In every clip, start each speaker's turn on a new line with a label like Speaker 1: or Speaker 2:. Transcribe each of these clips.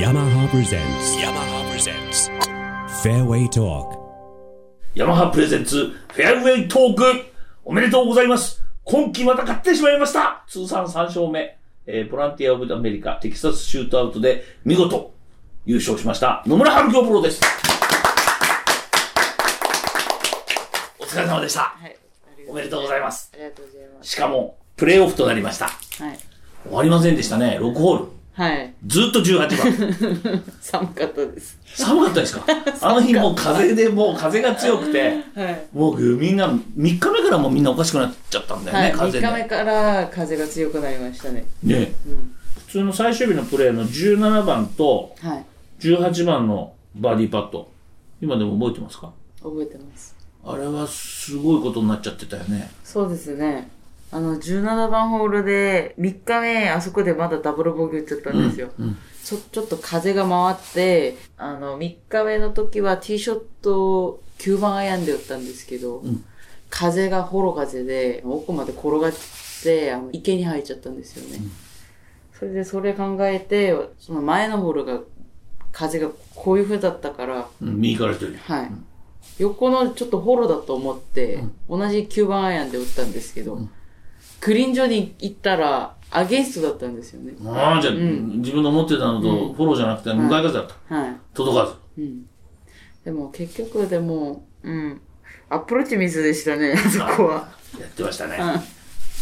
Speaker 1: yamaha presents yamaha presents fairway talk
Speaker 2: ヤマハプレゼンツフェアウェイトークおめでとうございます今季また買ってしまいました通算3勝目、えーボランティア・オブ・アメリカテキサスシュートアウトで見事優勝しました野村春京プロですお疲れ様でした
Speaker 3: はい。
Speaker 2: おめでとうございます
Speaker 3: ありがとうございます。
Speaker 2: しかもプレーオフとなりました
Speaker 3: はい。
Speaker 2: 終わりませんでしたね6ホール
Speaker 3: はい。
Speaker 2: ずっと18番
Speaker 3: 寒かったです。
Speaker 2: 寒かったですかあの日もう風でもう風が強くて
Speaker 3: はい。
Speaker 2: もうみんな3日目からもうみんなおかしくなっちゃったんだよね、
Speaker 3: はい。
Speaker 2: 風
Speaker 3: 3
Speaker 2: で
Speaker 3: 日目から風が強くなりましたね。
Speaker 2: ね、
Speaker 3: ん
Speaker 2: 普通の最終日のプレーの17番と
Speaker 3: はい。
Speaker 2: 18番のバーディーパット今でも覚えてますか
Speaker 3: 覚えてます。
Speaker 2: あれはすごいことになっちゃってたよね
Speaker 3: そうですね。あの、17番ホールで、3日目、あそこでまだダブルボギー打っちゃったんですよ。ちょ、ちょっと風が回って、あの、3日目の時はティーショットを9番アイアンで打ったんですけど、風がフォロー風で、奥まで転がって、あの池に入っちゃったんですよね。それで、それ考えて、その前のホールが、風がこういう風だったから、
Speaker 2: うん右から一人
Speaker 3: はい、横のちょっとフォローだと思って、同じ9番アイアンで打ったんですけど、グリーン上に行ったらアゲインストだったんですよね、
Speaker 2: ああじゃあ、自分の思ってたのとフォローじゃなくて向かい風だった、
Speaker 3: はい
Speaker 2: 届か
Speaker 3: でも結局でもうんアプローチミスでしたね あそこは
Speaker 2: ずやってましたね、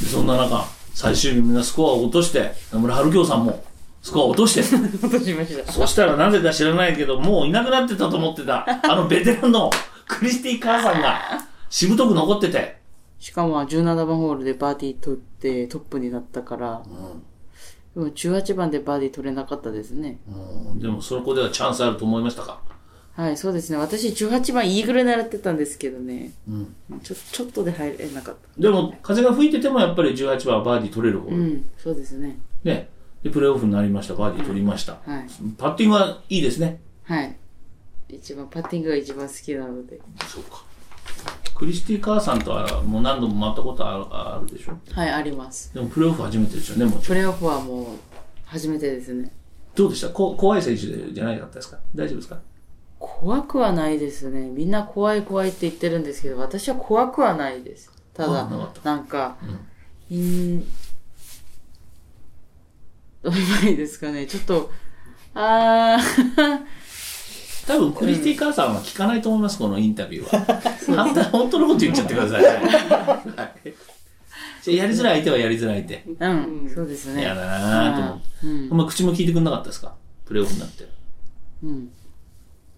Speaker 2: でそんな中最終日みんなスコアを落として野村春京さんもスコアを落として
Speaker 3: 落としました
Speaker 2: そしたらなぜか知らないけど、もういなくなってたと思って た、あのベテランのクリスティ母さんが、しぶとく残ってて、
Speaker 3: しかも17番ホールでバーディー取ってトップになったから、でも18番でバーディー取れなかったですね、
Speaker 2: うんでもそこではチャンスあると思いましたか。
Speaker 3: はいそうですね私18番イーグル狙ってたんですけどね、
Speaker 2: ん
Speaker 3: ちょちょっとで入れなかった
Speaker 2: でも、風が吹いててもやっぱり18番はバーディー取れる方、
Speaker 3: うんそうですね
Speaker 2: ね。で、プレーオフになりました、バーディー取りました。
Speaker 3: はい
Speaker 2: パッティングはいいですね。
Speaker 3: はい。一番、パッティングが一番好きなので。
Speaker 2: そうか。クリスティ母さんとはもう何度も回ったことあるあるでしょ。
Speaker 3: はい、あります。
Speaker 2: でもプレーオフ初めてですよね、もちろん。
Speaker 3: プレーオフはもう、初めてですね。
Speaker 2: どうでしたこ怖い選手じゃないかったですか大丈夫ですか
Speaker 3: 怖くはないですね。みんな怖い怖いって言ってるんですけど、私は怖くはないです。ただ、
Speaker 2: 怖くなか
Speaker 3: な
Speaker 2: っ
Speaker 3: んか、うーん、どう言えばいいですかね。ちょっと、あー、
Speaker 2: 多分クリスティ母さんは聞かないと思います、このインタビューは。あんた本当のこと言っちゃってください。はいじゃあやりづらい相手はやりづらい相
Speaker 3: うん、そうです
Speaker 2: 手。
Speaker 3: ね。
Speaker 2: 嫌だなぁと思って。あんま口も聞いてくれなかったですかプレーオフになって。
Speaker 3: うん、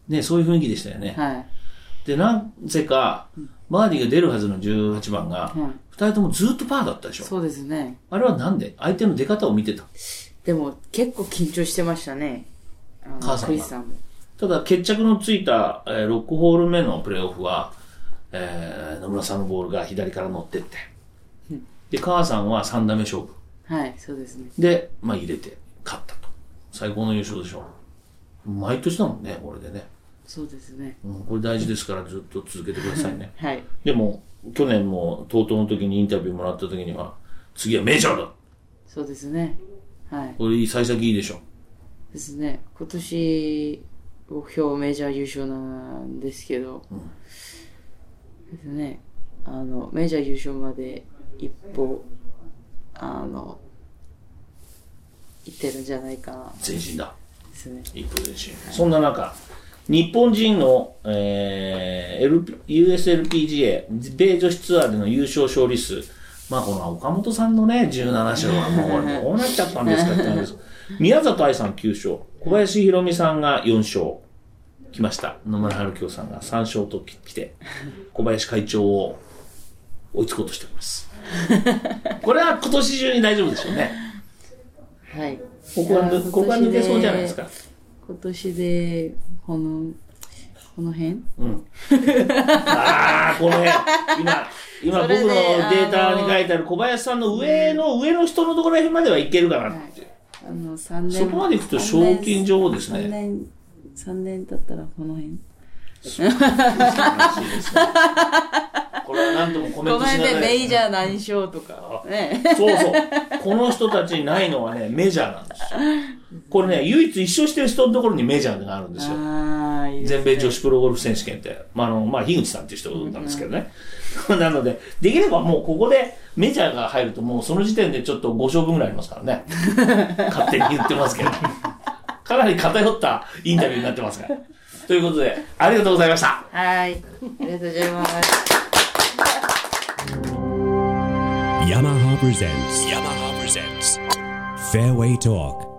Speaker 2: ねそういう雰囲気でしたよね。
Speaker 3: はい。
Speaker 2: で、なぜか、バーディーが出るはずの18番が、
Speaker 3: うん
Speaker 2: 2人ともずっとパーだったでしょ。
Speaker 3: そうですね。
Speaker 2: あれはなんで相手の出方を見てた。
Speaker 3: でも、結構緊張してましたね。あの
Speaker 2: 母さんが
Speaker 3: クリスさんも。
Speaker 2: ただ、決着のついた、えー6ホール目のプレーオフは、えー野村さんのボールが左から乗ってって。で、母さんは3打目勝負。
Speaker 3: はい、そうですね。
Speaker 2: で、まあ入れて、勝ったと。最高の優勝でしょ。毎年だもんね、これでね。
Speaker 3: そうですね。。
Speaker 2: うん、これ大事ですからずっと続けてくださいね
Speaker 3: はい。
Speaker 2: でも、去年も、とうとうの時にインタビューもらった時には、次はメジャーだ
Speaker 3: そうですね。はい。
Speaker 2: これ、幸先いいでしょ。
Speaker 3: ですね。今年、目標メジャー優勝なんですけど、ですね。あの、メジャー優勝まで一歩、あの、いってるんじゃないかな、
Speaker 2: 前進だ。
Speaker 3: ですね。
Speaker 2: 一歩前進。そんな中、日本人の、えー LP USLPGA、米女子ツアーでの優勝勝利数、まあこの岡本さんのね、17勝はもうこれどうなっちゃったんですかって話 です。宮里藍さん9勝、小林博美さんが4勝、来ました。野村春京さんが3勝とき来て、小林会長を追いつこうとしております。 これは今年中に大丈夫でしょうね。
Speaker 3: はい。
Speaker 2: ここは抜
Speaker 3: いやー
Speaker 2: ここは抜けそうじゃないです。
Speaker 3: 今年
Speaker 2: か。
Speaker 3: 今年で、この、この辺
Speaker 2: うん。ああ、この辺。今、今 僕の
Speaker 3: それで
Speaker 2: データに書いてある小林さんの上の、上の人のところら辺まではいけるかなって。
Speaker 3: あの、3年。
Speaker 2: そこまでいくと賞金女王です
Speaker 3: 3
Speaker 2: ね。
Speaker 3: 年、3年経ったらこの辺。
Speaker 2: 素晴らしいですね これは何ともコメン
Speaker 3: こ
Speaker 2: ト
Speaker 3: の
Speaker 2: しな
Speaker 3: 辺
Speaker 2: が
Speaker 3: で
Speaker 2: ら。
Speaker 3: メイジャー何勝とか。ね。
Speaker 2: そうそう。この人たちにないのはね、メジャーなんですよ。これね、唯一一勝してる人のところにメジャーがあるんですよ。
Speaker 3: ああ、いいですね
Speaker 2: 全米女子プロゴルフ選手権って、まあ、あの、まあ、樋口さんっていう人なんですけどね。 なので、できればもうここでメジャーが入ると、もうその時点でちょっと5勝分ぐらいありますからね。勝手に言ってますけど。かなり偏ったインタビューになってますから。ということで、ありがとうございました。
Speaker 3: はい。ありがとうございます。
Speaker 1: yamaha presents yamaha presents fairway talk